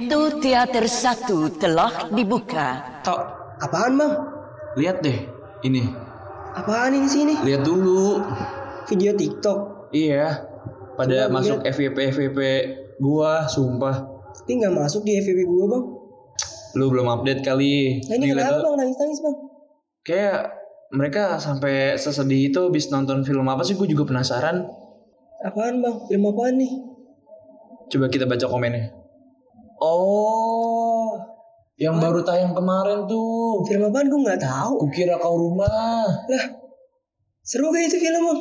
Pintu teater satu telah dibuka. Tok, Apaan bang? lihat deh. Ini, Apaan ini sih ini? lihat dulu. Video TikTok. Iya. Pada Coba masuk FYP FYP gua, sumpah. Tapi nggak masuk di FVP gua bang. Lu belum update kali. Nah ini Nih, lihat kenapa lu. bang? Nangis nangis bang. Kayak mereka sampai sesedih itu habis nonton film apa sih? Gue juga penasaran. Apaan bang? Film apaan nih? Coba kita baca komennya. Oh, yang baru tayang kemarin tuh. Film apaan gua nggak tahu. Kukira kau rumah. Lah, seru gak itu film bang?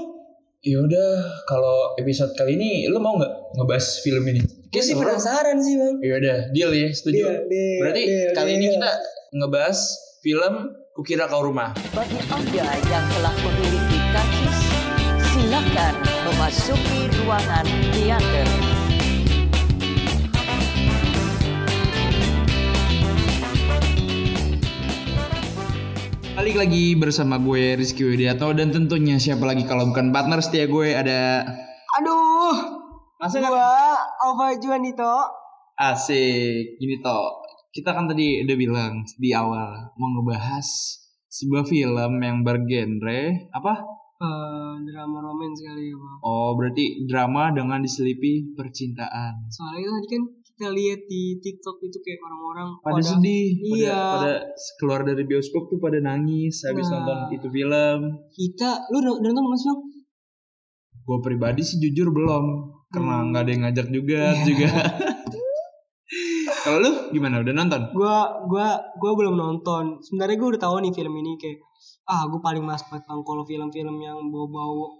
Ya udah, kalau episode kali ini lu mau nggak ngebahas film ini? Gue sih Seru. penasaran sih bang. Ya udah, deal ya, setuju. Deal, deal, Berarti deal, kali ini deal. kita ngebahas film Kukira Kau Rumah. Bagi Anda yang telah memiliki karcis, silakan memasuki ruangan teater. Balik lagi bersama gue Rizky Widianto dan tentunya siapa lagi kalau bukan partner setia gue ada kan? Aduh, Masa nggak? gua Alfa Juanito. Asik, gini toh. Kita kan tadi udah bilang di awal mau ngebahas sebuah film yang bergenre apa? Eh, drama romance kali ya bang. Oh, berarti drama dengan diselipi percintaan. Soalnya tadi kan kita lihat di TikTok itu kayak orang-orang pada sedih pada, iya. pada keluar dari bioskop tuh pada nangis habis Nah. nonton itu film Kita, lu udah nonton belum sih bang? gue pribadi sih jujur belum karena nggak ada yang ngajak juga juga kalau lu gimana udah nonton gua gua gua belum nonton sebenarnya gua udah tahu nih film ini kayak ah gua paling mas banget bang kalau film-film yang bau-bau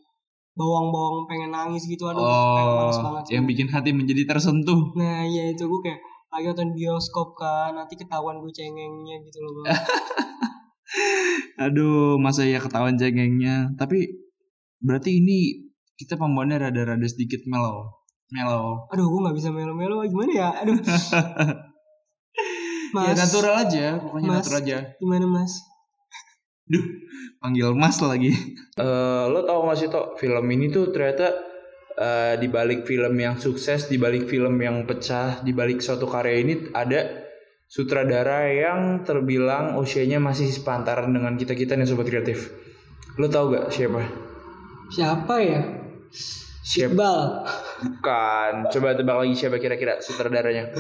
bawang-bawang pengen nangis gitu aduh pengen males oh banget sih. yang bikin hati menjadi tersentuh nah iya itu gua kayak lagi nonton bioskop kan nanti ketahuan gua cengengnya gitu loh bang aduh masa ya ketahuan jengengnya tapi berarti ini kita pembawaannya rada-rada sedikit mellow mellow aduh gua nggak bisa melo-melo gimana ya aduh mas ya natural aja pokoknya Mas. natural aja gimana mas Duh, panggil Mas lagi. Eh, lo tau gak sih Tok, film ini tuh ternyata eh, di balik film yang sukses, di balik film yang pecah, di balik suatu karya ini ada sutradara yang terbilang usianya masih sepantaran dengan kita kita nih sobat kreatif. Lo tau gak siapa? siapa ya Siapa? Iqbal Bukan. Coba tebak lagi siapa kira-kira sutradaranya.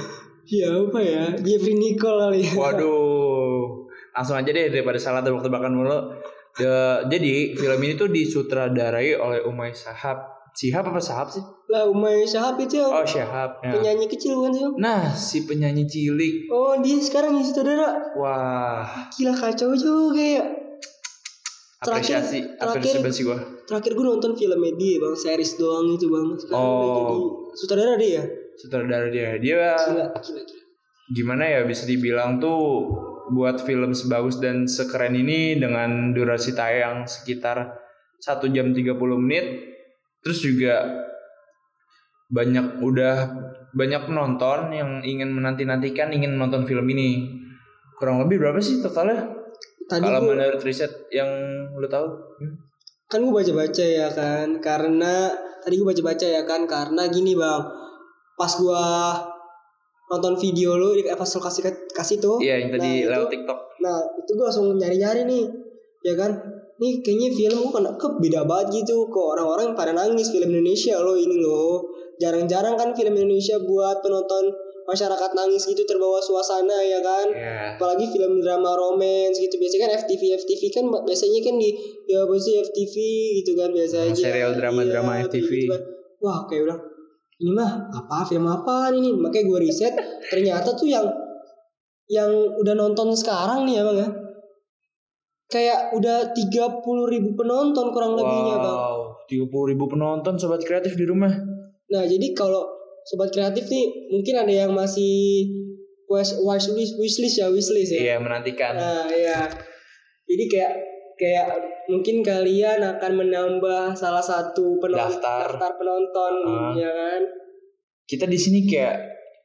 siapa ya Jeffrey Nicole kali ya Waduh, langsung aja deh daripada salah tebak-tebakan mulu. Ya, jadi film ini tuh disutradarai oleh Umay Sahab. Sihab apa Sahab sih? lah Umay Syahab itu yang Oh Iya. Syahab. Ya. penyanyi kecil bukan sih bang Nah si penyanyi cilik, Oh dia sekarang ya sutradara wah Gila kacau juga ya Terakhir- apresiasi, terakhir- apresiasi gue. Terakhir gue nonton filmnya dia bang Series doang itu bang Sekarang Oh. udah jadi sutradara dia ya Sutradara dia, dia Gila gila gila gimana ya bisa dibilang tuh buat film sebagus dan sekeren ini dengan durasi tayang sekitar 1 jam 30 menit terus juga banyak udah banyak penonton yang ingin menanti-nantikan ingin menonton film ini kurang lebih berapa sih totalnya Tadi kalau gua- menurut riset yang lu tahu Hmm? kan gue baca-baca ya kan Karena Tadi gue baca-baca ya kan Karena gini bang Pas gue nonton video lu eh, pas lu kasih kasih tuh iya yang tadi nah, lewat itu, tiktok nah itu gue langsung nyari-nyari nih ya kan nih kayaknya film gue kena ke beda banget gitu kok orang-orang pada nangis film Indonesia loh ini loh jarang-jarang kan film Indonesia buat penonton masyarakat nangis gitu terbawa suasana ya kan Iya. apalagi film drama romance gitu biasanya kan FTV FTV kan biasanya kan di ya apa sih FTV gitu kan biasanya Nah, serial drama-drama FTV. gitu kan. wah kayak udah ini mah apa film apa ini makanya gue riset ternyata tuh yang yang udah nonton sekarang nih ya bang ya kayak udah 30.000 ribu penonton kurang lebihnya bang wow 30.000 ribu penonton sobat kreatif di rumah Nah, jadi kalau sobat kreatif nih mungkin ada yang masih wish wish wish- wishlist ya wishlist ya. iya menantikan Nah, iya. Jadi kayak kayak mungkin kalian akan menambah salah satu penonton Daftar. penonton Ah. ya kan. kita di sini kayak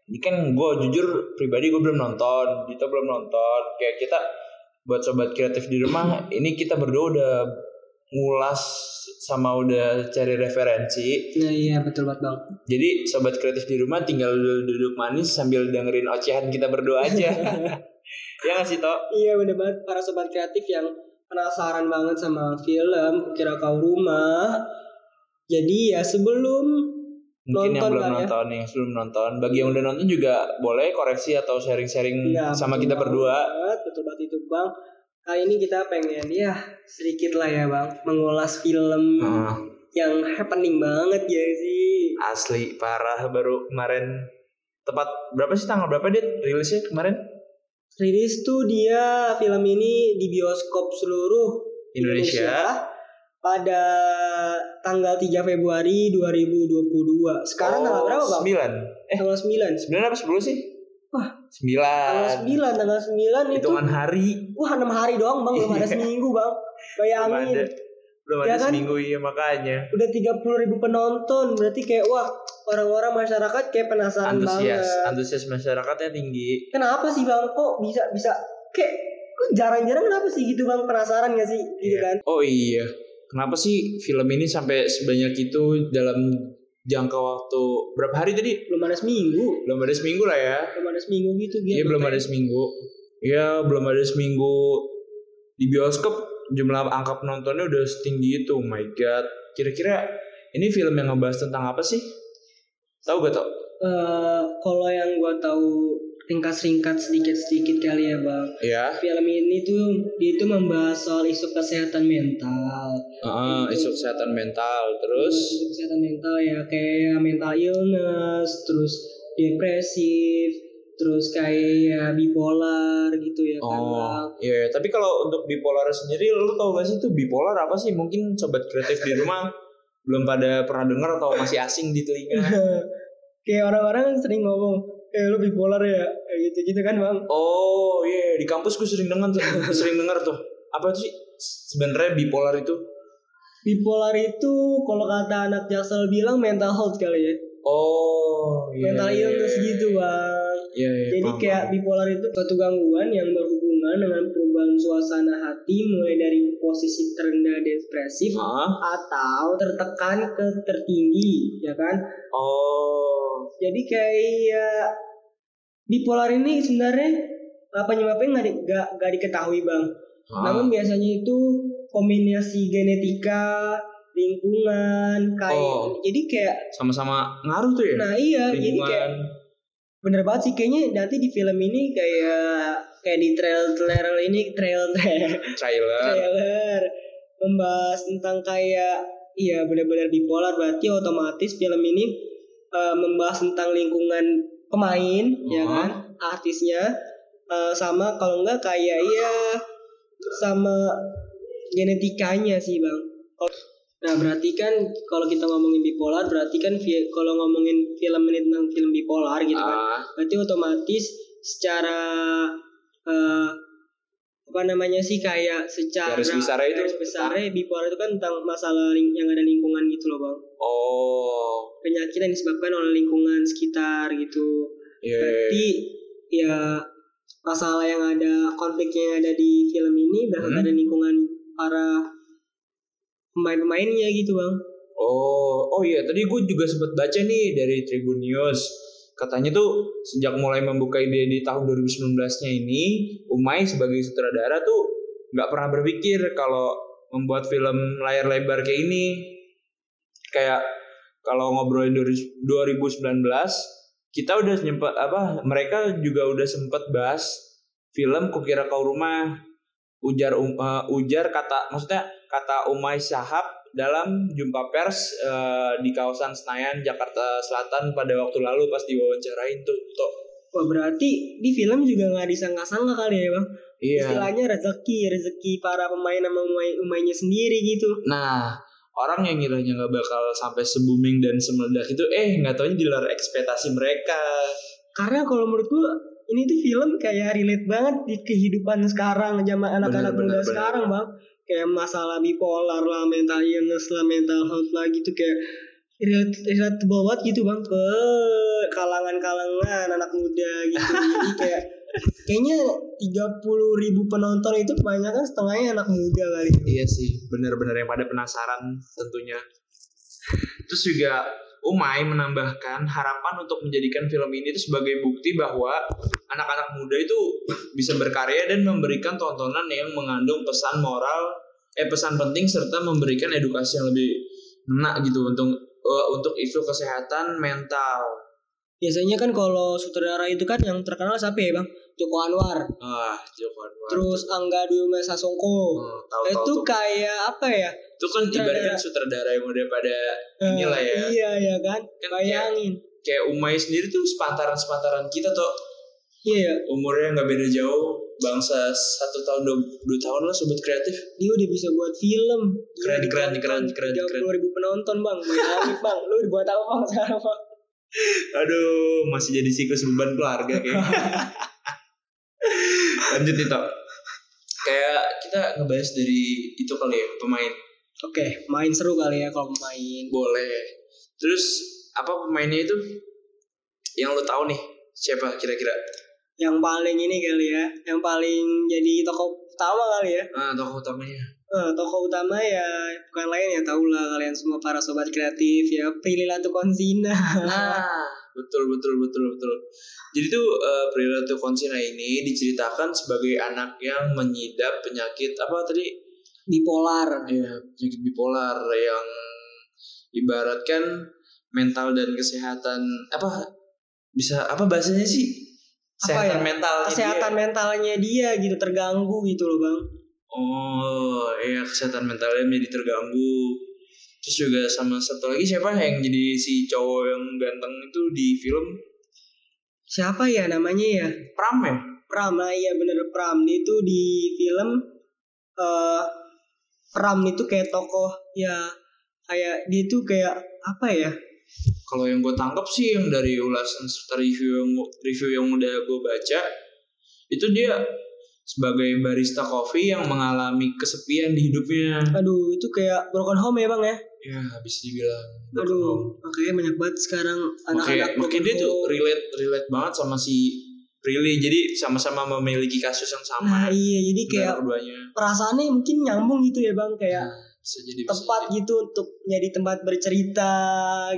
ini kan gue jujur pribadi gue belum nonton Dito belum nonton kayak kita buat sobat kreatif di rumah ini kita berdua udah ngulas sama udah cari referensi. Nah, iya betul banget bang. Jadi sobat kreatif di rumah tinggal duduk manis sambil dengerin ocehan kita berdua aja. ya nggak sih Tok? Iya bener banget para sobat kreatif yang penasaran banget sama film Kira Kau Rumah. Jadi ya sebelum Mungkin yang Nonton belum kali ya. nonton, yang belum nonton. Bagi yang udah nonton juga boleh koreksi atau sharing-sharing Iya, Hmm, sama betul kita berdua. banget, betul banget itu bang. Kali ini kita pengen ya sedikit lah ya bang mengulas film Nah, yang happening banget ya sih. asli parah baru kemarin tepat berapa sih tanggal berapa dia rilisnya kemarin Rilis tuh dia film ini di bioskop seluruh Indonesia. pada tanggal 3 Februari 2022. Sekarang Oh, tanggal berapa bang? 9. Eh, Tanggal 9. 9 apa 10 sih? Wah, 9. Tanggal 9, tanggal 9 itu Hitungan hari. Iya. wah 6 hari doang bang, belum ada seminggu bang. Belum Bayangin. ada, belum Ya ada kan? seminggu iya makanya. udah 30 ribu penonton berarti kayak wah orang-orang masyarakat kayak penasaran Antusias, banget antusias masyarakatnya tinggi. kenapa sih bang kok bisa bisa kayak kok jarang-jarang kenapa sih gitu bang penasaran gak sih gitu Iya. kan Oh iya. Kenapa sih film ini sampai sebanyak itu dalam jangka waktu berapa hari tadi? belum ada seminggu Belum ada seminggu lah ya. belum ada seminggu gitu Iya gitu belum ada seminggu. Iya belum ada seminggu di bioskop jumlah angka penontonnya udah setinggi itu. Oh my god. Kira-kira ini film yang ngebahas tentang apa sih? Tahu gak tau? Eh, kalau yang gua tahu ringkas-ringkas sedikit-sedikit kali ya bang Ya. film ini tuh dia itu membahas soal isu kesehatan mental Heeh, isu kesehatan mental terus. Isu kesehatan mental ya kayak mental illness terus depresif terus kayak bipolar gitu ya kan Bang. Oh iya, iya. tapi kalau untuk bipolar sendiri, lu tau gak sih itu bipolar apa sih? Mungkin sobat kreatif di rumah belum pada pernah dengar atau masih asing di telinga. kayak orang-orang sering ngomong eh lu bipolar ya gitu gitu kan bang Oh iya, iya. di kampus gue sering dengar tuh, Gua sering dengar tuh. Apa sih sebenarnya bipolar itu? bipolar itu kalau kata anak jaksel bilang mental health kali ya Oh iya. mental iya, illness iya. gitu bang Iya, iya, Jadi paham, kayak paham. bipolar itu suatu gangguan yang berhubungan dengan perubahan suasana hati mulai dari posisi terendah depresif Hah? atau tertekan ke tertinggi, ya kan? Oh Jadi kayak bipolar ini sebenarnya apa penyebabnya nggak di- nggak nggak diketahui bang. Hah? Namun biasanya itu kombinasi genetika, lingkungan, kayak Oh. jadi kayak sama-sama ngaruh tuh ya. nah iya jadi kayak Lingkungan. bener banget sih kayaknya nanti di film ini kayak kayak di trail trailer ini trail trailer. trailer membahas tentang kayak iya benar-benar bipolar berarti otomatis film ini eh, membahas tentang lingkungan pemain ya Hmm. kan artisnya Eh, sama kalau enggak kayak iya sama genetikanya sih bang Nah berarti kan kalau kita ngomongin bipolar berarti kan fi- kalau ngomongin film ini tentang film bipolar gitu kan Ah, berarti otomatis secara eh, apa namanya sih kayak secara Garis besarnya itu. garis besarnya bipolar itu kan tentang masalah ling- yang ada lingkungan gitu loh bang oh penyakit yang disebabkan oleh lingkungan sekitar gitu iya. iya, iya. berarti ya masalah yang ada konflik yang ada di film ini berasal Hmm. dari lingkungan para pemain-pemainnya gitu bang Oh, oh iya tadi gue juga sempat baca nih dari Tribun News. Katanya tuh sejak mulai membuka ide di tahun 2019-nya ini, Umay sebagai sutradara tuh nggak pernah berpikir kalau membuat film layar lebar kayak ini. Kayak kalau ngobrolin 2019, kita udah nyempat apa mereka juga udah sempat bahas film Kukira Kau Rumah ujar um, eh, ujar kata maksudnya kata Umay Sahab dalam jumpa pers eh, di kawasan Senayan Jakarta Selatan pada waktu lalu pas diwawancarain tuh Tok. Wah berarti di film juga nggak disangka-sangka kali ya bang Iya. istilahnya rezeki rezeki para pemain sama pemain pemainnya sendiri gitu Nah, orang yang ngiranya nggak bakal sampai se booming dan semeledak itu eh nggak taunya di luar ekspektasi mereka. karena kalau menurut gua ini tuh film kayak relate banget di kehidupan sekarang zaman anak-anak Bener, muda bener, sekarang bang kayak masalah bipolar lah mental illness lah mental health lah gitu kayak relate relatable banget gitu bang ke kalangan-kalangan anak muda gitu jadi kayak Kayaknya 30 ribu penonton itu kebanyakan setengahnya anak muda kali. Iya sih, benar-benar yang pada penasaran tentunya. Terus juga Umay menambahkan harapan untuk menjadikan film ini itu sebagai bukti bahwa anak-anak muda itu bisa berkarya dan memberikan tontonan yang mengandung pesan moral, eh pesan penting serta memberikan edukasi yang lebih enak gitu untuk eh, untuk isu kesehatan mental. Biasanya kan kalau sutradara itu kan yang terkenal siapa ya bang? Joko Anwar. Ah, Joko Anwar. Terus Angga Dwi Sasongko. Hmm, tahu, tahu, itu tahu. kayak apa ya? itu kan Sutradara. ibaratkan sutradara yang udah pada Eh, inilah ya Iya ya kan. Kan Bayangin. kayak Umay sendiri tuh sepantaran sepantaran kita tuh Iya ya. umurnya nggak beda jauh bangsa satu tahun dua, dua tahun lah sobat kreatif Dia udah bisa buat film. Keren, keren, keren, keren, keren. ribu penonton bang. Bayangin bang. Lu dibuat apa bang sekarang bang? aduh masih jadi siklus beban keluarga kayak lanjut itu kayak kita ngebahas dari itu kali ya pemain Oke, main seru kali ya kalau main. boleh terus apa pemainnya itu yang lo tahu nih siapa kira-kira Yang paling ini kali ya, yang paling jadi tokoh utama kali ya. ah tokoh utamanya Eh, tokoh utama ya bukan lain ya tau lah kalian semua para sobat kreatif ya pilih Latukonsina. Nah, betul betul betul betul. Jadi tuh eh, perilaku konsina ini diceritakan sebagai anak yang mengidap penyakit apa tadi? Bipolar. Ya, penyakit bipolar yang ibaratkan mental dan kesehatan apa bisa apa bahasanya sih? Apa Kesehatan ya? mental. Iya. Kesehatan mentalnya dia gitu terganggu gitu loh bang. Oh, iya kesehatan mentalnya menjadi terganggu. Terus juga sama satu lagi siapa yang jadi si cowok yang ganteng itu di film Siapa ya namanya ya? Pram ya? Pram, nah iya bener Pram. Dia itu di film eh Pram itu kayak tokoh ya kayak dia itu kayak apa ya? kalau yang gue tangkap sih yang dari ulasan serta review yang review yang udah gue baca itu dia sebagai barista kopi yang mengalami kesepian di hidupnya Aduh itu kayak broken home ya bang ya? ya habis dibilang Aduh makanya banyak banget sekarang makanya anak-anak makanya dia broken tuh home. relate relate banget sama si Prilly jadi sama-sama memiliki kasus yang Nah sama iya jadi kayak Kayak keduanya perasaannya mungkin nyambung gitu ya bang kayak bisa jadi bisa tempat jadi. gitu untuk jadi tempat bercerita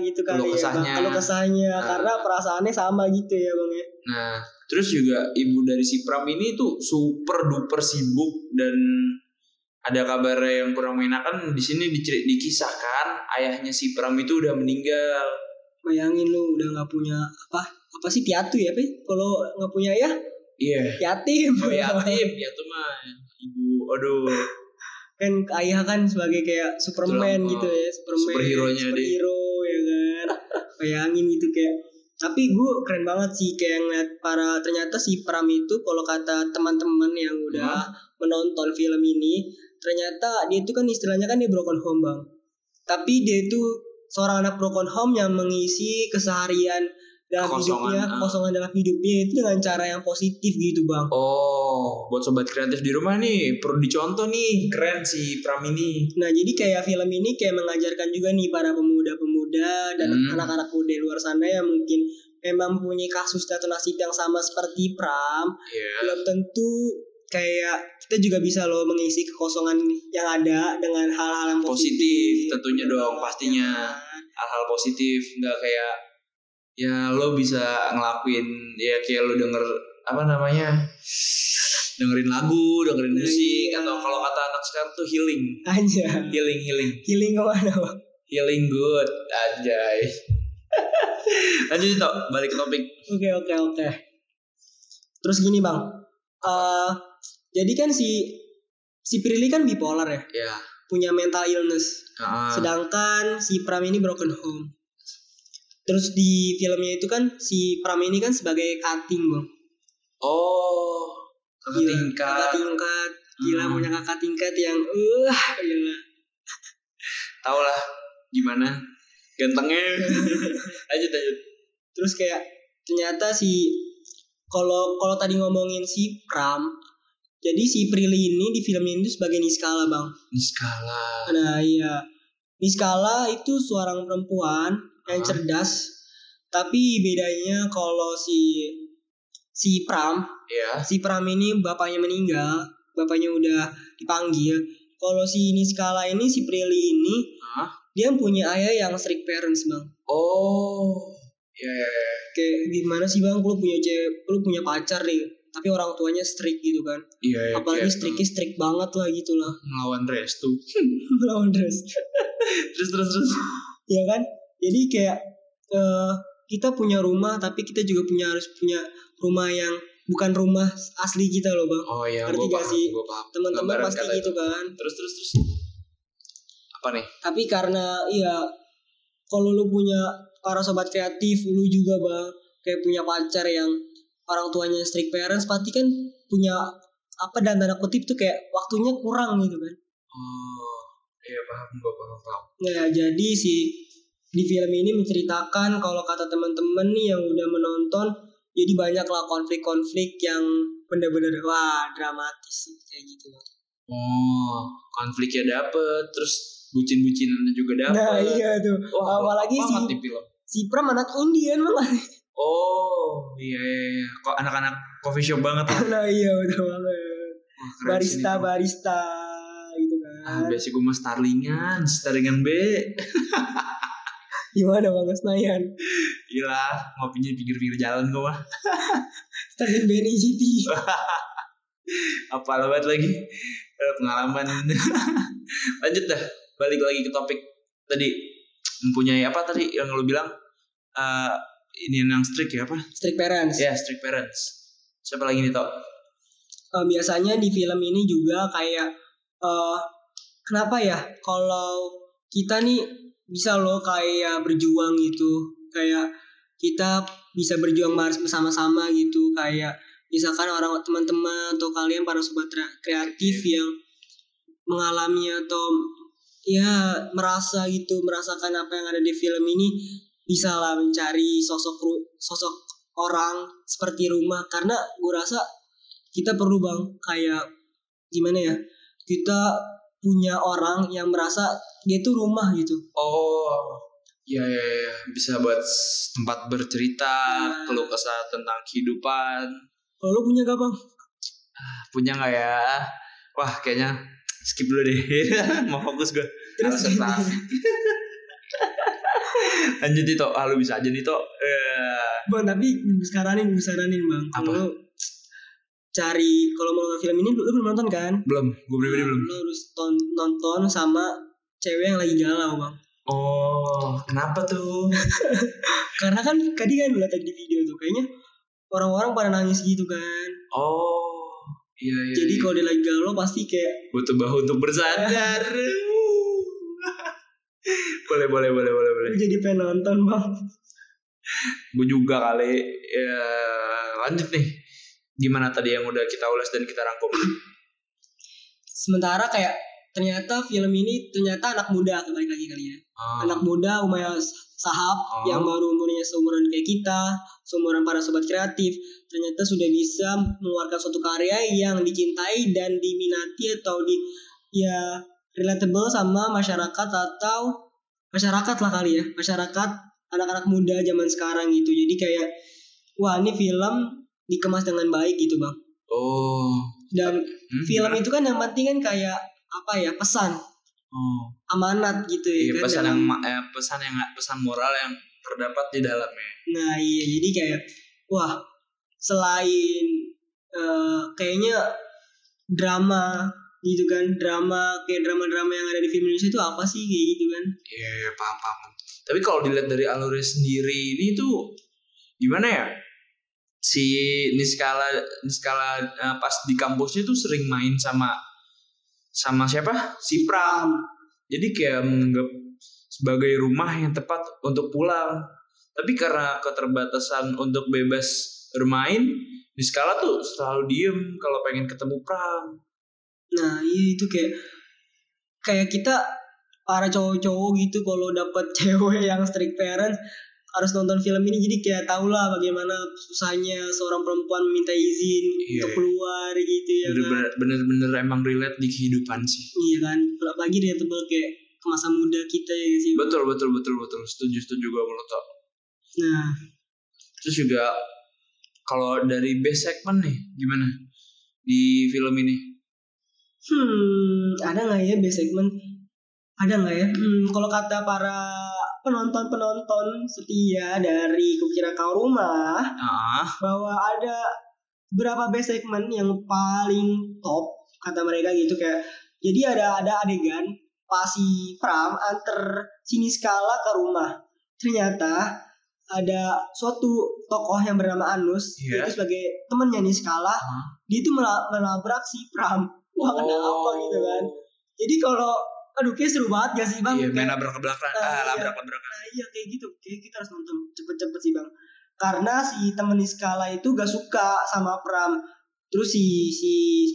gitu kali Keluh ya bang kesahnya. kalau kesahnya Nah. karena perasaannya sama gitu ya bang ya nah terus juga ibu dari si Pram ini tuh super duper sibuk dan ada kabar yang kurang menyenangkan di sini diceri- dikisahkan ayahnya si Pram itu udah meninggal bayangin lu udah nggak punya apa apa sih piatu ya pe kalau nggak punya ya iya yatim oh yatim yatim mah ibu aduh kan ayah kan sebagai kayak Superman Betul, gitu ya Superman superhero-nya dia. superhero ya kan bayangin gitu kayak tapi gue keren banget sih kayak ngeliat para ternyata si Pram itu kalau kata teman-teman yang udah Hmm. menonton film ini ternyata dia itu kan istilahnya kan dia broken home bang tapi dia itu seorang anak broken home yang mengisi keseharian dalam Kekosongan, hidupnya ah. kosongan dalam hidupnya itu dengan cara yang positif gitu bang oh buat sobat kreatif di rumah nih perlu dicontoh nih keren si Pram ini Nah, jadi kayak film ini kayak mengajarkan juga nih para pemuda-pemuda dan Hmm. anak-anak muda di luar sana yang mungkin memang punya kasus atau nasib yang sama seperti Pram, iya belum tentu kayak kita juga bisa loh mengisi kekosongan yang ada dengan hal-hal yang positif. positif tentunya dong Nah, pastinya hal-hal positif nggak kayak ya lo bisa ngelakuin ya kayak lo denger apa namanya dengerin lagu dengerin musik Iya. atau kalau kata anak sekarang tuh healing Aja. healing healing Healing kemana bang? healing good anjay lanjut itu balik ke topik Oke oke oke. Terus gini bang, Eh jadi kan si si Prilly kan bipolar ya, ya punya mental illness. ah, Sedangkan si Pram ini broken home. Terus di filmnya itu kan si Pram ini kan sebagai kating bang. oh kakak Gila, tingkat Iya, Kakak tingkat. Gila Hmm. punya kakak tingkat yang uh gila. tau lah gimana gantengnya lanjut lanjut Terus kayak ternyata si kalau kalau tadi ngomongin si Pram, jadi si Prilly ini di film ini tuh sebagai Niskala bang. ini skala Nah iya Niskala itu seorang perempuan yang Hah? cerdas Tapi bedanya kalau si si Pram Iya. si Pram ini bapaknya meninggal bapaknya udah dipanggil kalau si ini skala ini si Prilly ini Hah? dia punya ayah yang strict parents bang Oh. Iya. iya, iya. kayak gimana sih bang lu punya cewek lu punya pacar nih tapi orang tuanya strict gitu kan Iya. iya, apalagi kayak strictnya strict banget lah gitu lah melawan restu. lawan terus terus terus terus. ya kan jadi kayak eh, kita punya rumah tapi kita juga punya harus punya rumah yang bukan rumah asli kita loh bang Oh iya, Ngerti gua gak paham, sih? gua paham. teman-teman Gambaran pasti kata gitu itu. kan Terus terus terus. Apa nih? tapi karena ya kalau lu punya para sobat kreatif lu juga bang kayak punya pacar yang orang tuanya strict parents pasti kan punya apa dan tanda kutip tuh kayak waktunya kurang gitu kan Oh. Iya paham, gua paham, paham. Nah, jadi si di film ini menceritakan kalau kata teman-teman nih yang udah menonton, jadi banyaklah konflik-konflik yang bener-bener wah dramatis sih kayak gitu. Oh, konfliknya dapet, terus bucin-bucinannya juga dapet. Nah iya tuh. ya? Wah, apalagi banget sih- di film. Si Pram anak Indian bang. Oh, iya, iya, iya. Kok anak-anak coffee shop banget. Wah, nah iya betul banget. keren sih Barista nih. barista gitu Ah, kan. basic gue mah Starlingan, Starlingan B. Gimana bang Senayan? Gila, ngopinya di pinggir-pinggir jalan gue mah. Stasiun BNI City. Apa banget lagi? Eh, Pengalaman. Lanjut dah, balik lagi ke topik tadi. Mempunyai apa tadi yang lu bilang? Eh, ini yang strict ya apa? Strict parents. Ya, strict parents. Siapa lagi nih, Tok? Eh, biasanya di film ini juga kayak eh kenapa ya kalau kita nih bisa loh kayak berjuang gitu kayak kita bisa berjuang bar- bersama-sama gitu kayak misalkan orang teman-teman atau kalian para sobat tra- kreatif yang mengalami atau ya merasa gitu merasakan apa yang ada di film ini bisa lah mencari sosok ru- sosok orang seperti rumah karena gue rasa kita perlu bang kayak gimana ya kita punya orang yang merasa dia tuh rumah gitu Oh, ya, ya, ya. bisa buat s- tempat bercerita, Nah. keluh kesah tentang kehidupan. kalau lu punya gak bang Punya nggak ya? Wah, kayaknya skip dulu deh. Mau fokus gue. Terus Alasan gini. trafik. Lanjut nih, Tok. Ah, lu bisa aja nih, Tok. Eh, bang tapi gue saranin gue saranin bang Apa? kalau lu cari kalau mau nonton film ini lu, lu belum nonton kan belum, gue pribadi belum. lu harus ton- nonton sama cewek yang lagi galau bang Oh, kenapa tuh? karena kan tadi kan udah tadi di video tuh kayaknya orang-orang pada nangis gitu kan Oh, iya, iya. jadi iya. kalau dia lagi galau pasti kayak butuh bahu untuk bersadar. boleh, boleh, boleh, boleh, boleh. lu jadi pengen nonton bang gue juga kali ya, lanjut nih gimana tadi yang udah kita ulas dan kita rangkum sementara kayak ternyata film ini ternyata anak muda kembali lagi kali ya Ah. anak muda Umayya Sahab Oh. yang baru umurnya seumuran kayak kita seumuran para sobat kreatif ternyata sudah bisa mengeluarkan suatu karya yang dicintai dan diminati atau di ya relatable sama masyarakat atau masyarakat lah kali ya masyarakat anak-anak muda zaman sekarang gitu jadi kayak wah ini film dikemas dengan baik gitu bang oh dan Hmm, film gimana? itu kan yang penting kan kayak apa ya pesan oh amanat gitu ya iya, kan pesan dalam- yang ma- eh, pesan yang pesan moral yang terdapat di dalamnya nah iya jadi kayak wah selain eh, kayaknya drama gitu kan drama kayak drama-drama yang ada di film Indonesia itu apa sih kayak gitu kan iya iya, paham paham tapi kalau dilihat dari alurnya sendiri ini tuh gimana ya si Niskala Niskala eh, pas di kampusnya tuh sering main sama sama siapa si Pram jadi kayak menganggap sebagai rumah yang tepat untuk pulang tapi karena keterbatasan untuk bebas bermain Niskala tuh selalu diem kalau pengen ketemu Pram nah iya itu kayak kayak kita para cowok-cowok gitu kalau dapat cewek yang strict parents harus nonton film ini jadi kayak tau lah bagaimana susahnya seorang perempuan minta izin Iya, untuk iya. keluar gitu ya kan Bener-bener- bener-bener emang relate di kehidupan sih Iya kan, apalagi relatable kayak ke masa muda kita ya sih. betul betul betul betul setuju setuju gue menurut Nah, terus juga Kalau dari best segment nih gimana di film ini? Hmm, ada nggak ya best segment? Ada nggak ya? Hmm, kalau kata para penonton-penonton setia dari Kukira Kau Rumah Ah, bahwa ada berapa best segment yang paling top kata mereka gitu kayak jadi ada ada adegan pas si Pram anter Siniskala ke rumah. Ternyata ada suatu tokoh yang bernama Anus Iya. itu sebagai temannya Niskala Hah? dia itu mela- melabrak si Pram wah kenapa Oh. gitu kan jadi kalau aduh kayak seru banget gak sih bang Iya, Kayak- main labrak belakang, Ah, ah, iya. labrak belakang. Nah, iya kayak gitu kayak kita harus nonton cepet-cepet sih bang karena si temen Niskala itu gak suka sama Pram terus si si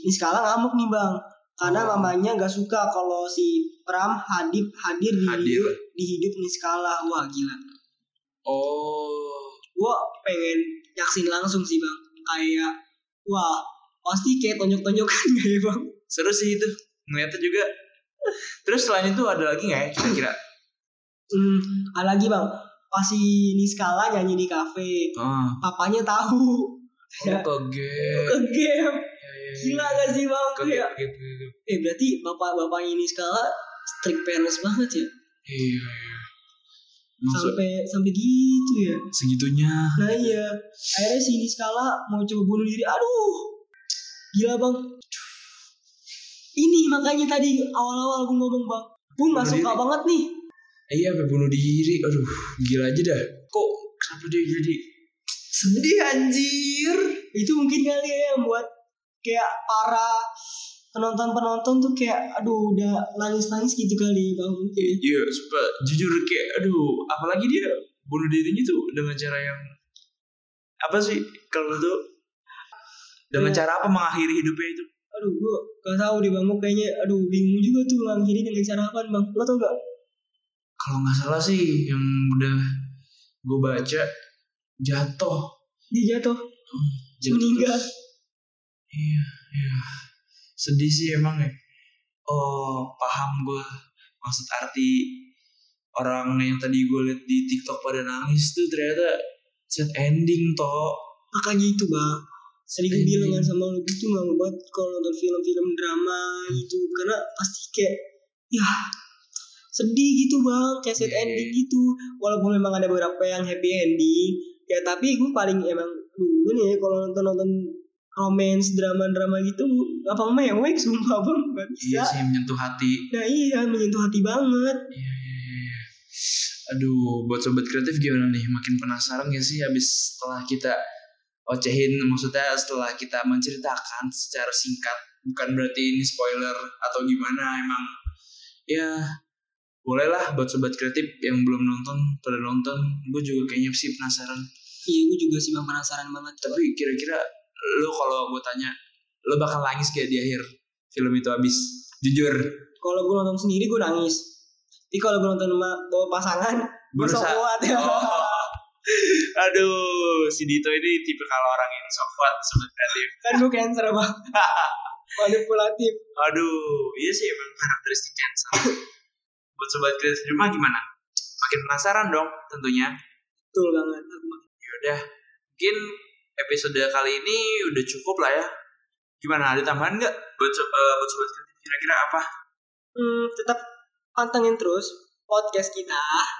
Niskala ngamuk nih bang karena mamanya gak suka kalau si Pram hadip hadir di Hadir. hidup di hidup Niskala wah gila Oh, gua pengen nyaksin langsung sih bang kayak wah pasti kayak tonjok-tonjokan gak ya bang seru sih itu. Ngeliatnya juga. Terus selain itu ada lagi nggak ya kira-kira? Hmm, ada lagi bang, pas si Niskala nyanyi di kafe, Ah, papanya tahu. oh, Ya, kaget. Iya, ke game, gila gak sih bang? Kaget, Kayak, kaget, kaget. eh berarti bapak-bapaknya Niskala strict parents banget ya, Iya, iya. Masuk sampai sampai gitu ya. segitunya. Nah iya, akhirnya si Niskala mau coba bunuh diri, aduh, gila bang. Ini makanya tadi awal-awal gue ngomong bang, gue Bunuh gak suka diri. banget nih. Eh, iya, sampai bunuh diri. Aduh, gila aja dah. Kok kenapa dia jadi sedih anjir? itu mungkin kali ya yang buat kayak para penonton-penonton tuh kayak aduh udah nangis-nangis gitu kali bang mungkin Iya, sumpah. jujur kayak aduh, apalagi dia bunuh dirinya tuh dengan cara yang apa sih kalau tuh dengan Iya. cara apa mengakhiri hidupnya itu? aduh gua gak tahu deh bang gua kayaknya aduh bingung juga tuh ngakhiri dengan cara apa bang lo tau gak Kalau nggak salah sih yang udah gue baca jatuh, dia jatuh jatuh meninggal terus. Iya, iya. Sedih sih emang ya. Oh, paham gue maksud arti orang yang tadi gue liat di TikTok pada nangis tuh ternyata sad ending toh. makanya itu bang sering gue Ending. bilang kan sama lo gitu nggak mau banget kalau nonton film-film drama gitu karena pasti kayak ya sedih gitu bang kayak sad Iya, iya, ending iya. gitu walaupun memang ada beberapa yang happy ending ya tapi gue paling emang dulu nih ya kalau nonton nonton romance drama drama gitu gampang mewek sumpah bang nggak bisa Iya sih menyentuh hati. nah iya menyentuh hati banget Iya, iya, iya, iya. Aduh, buat sobat kreatif gimana nih? Makin penasaran gak sih habis setelah kita ocehin, maksudnya setelah kita menceritakan secara singkat, bukan berarti ini spoiler atau gimana, emang ya bolehlah buat sobat kreatif yang belum nonton pada nonton, gue juga kayaknya sih penasaran. iya gue juga sih bang penasaran banget Tapi kira-kira lo kalau gue tanya, lo bakal nangis gak di akhir film itu habis? Jujur, kalau gue nonton sendiri gue nangis tapi kalau gue nonton sama bawa pasangan gue sok Berusaha- kuat ya Oh. Aduh, si Dito ini tipe kalau orang yang sok kuat sobat kreatif. kan gue cancer bang manipulatif Aduh, iya sih emang karakteristik cancer. Buat sobat kreatif di rumah gimana? Makin penasaran dong tentunya. betul banget aku mah. Yaudah, mungkin episode kali ini udah cukup lah ya. Gimana ada tambahan nggak buat, so- eh, buat sobat kreatif? Kira-kira apa? hmm, tetap pantengin terus podcast kita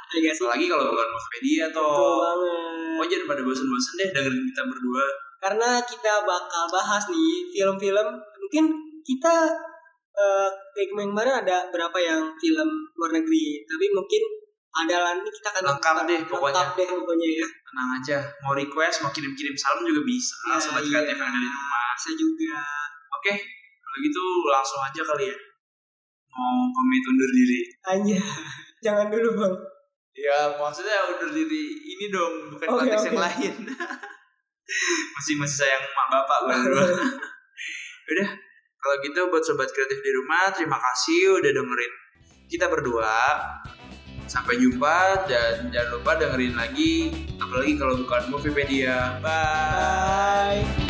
ya gak sih Apalagi kalau bukan Wikipedia atau betul banget Oh jangan pada bosan-bosan deh dengerin kita berdua. karena kita bakal bahas nih film-film mungkin kita eh, kayak kemarin kemarin ada berapa yang film luar negeri tapi mungkin ada lagi kita akan Lengkap deh, pokoknya. lengkap deh pokoknya ya Tenang aja, mau request, mau kirim-kirim salam juga bisa. Ya, sobat iya. kreatif yang ada di rumah. bisa juga Oke, kalau gitu langsung aja kali ya. Mau pamit undur diri. hanya jangan dulu bang Ya, maksudnya undur diri ini dong, bukan Oke, konteks yang oke. lain. masih masih sayang mak bapak gue berdua. Udah, kalau gitu buat sobat kreatif di rumah, terima kasih udah dengerin kita berdua. Sampai jumpa dan jangan lupa dengerin lagi apalagi kalau bukan Moviepedia. Bye. bye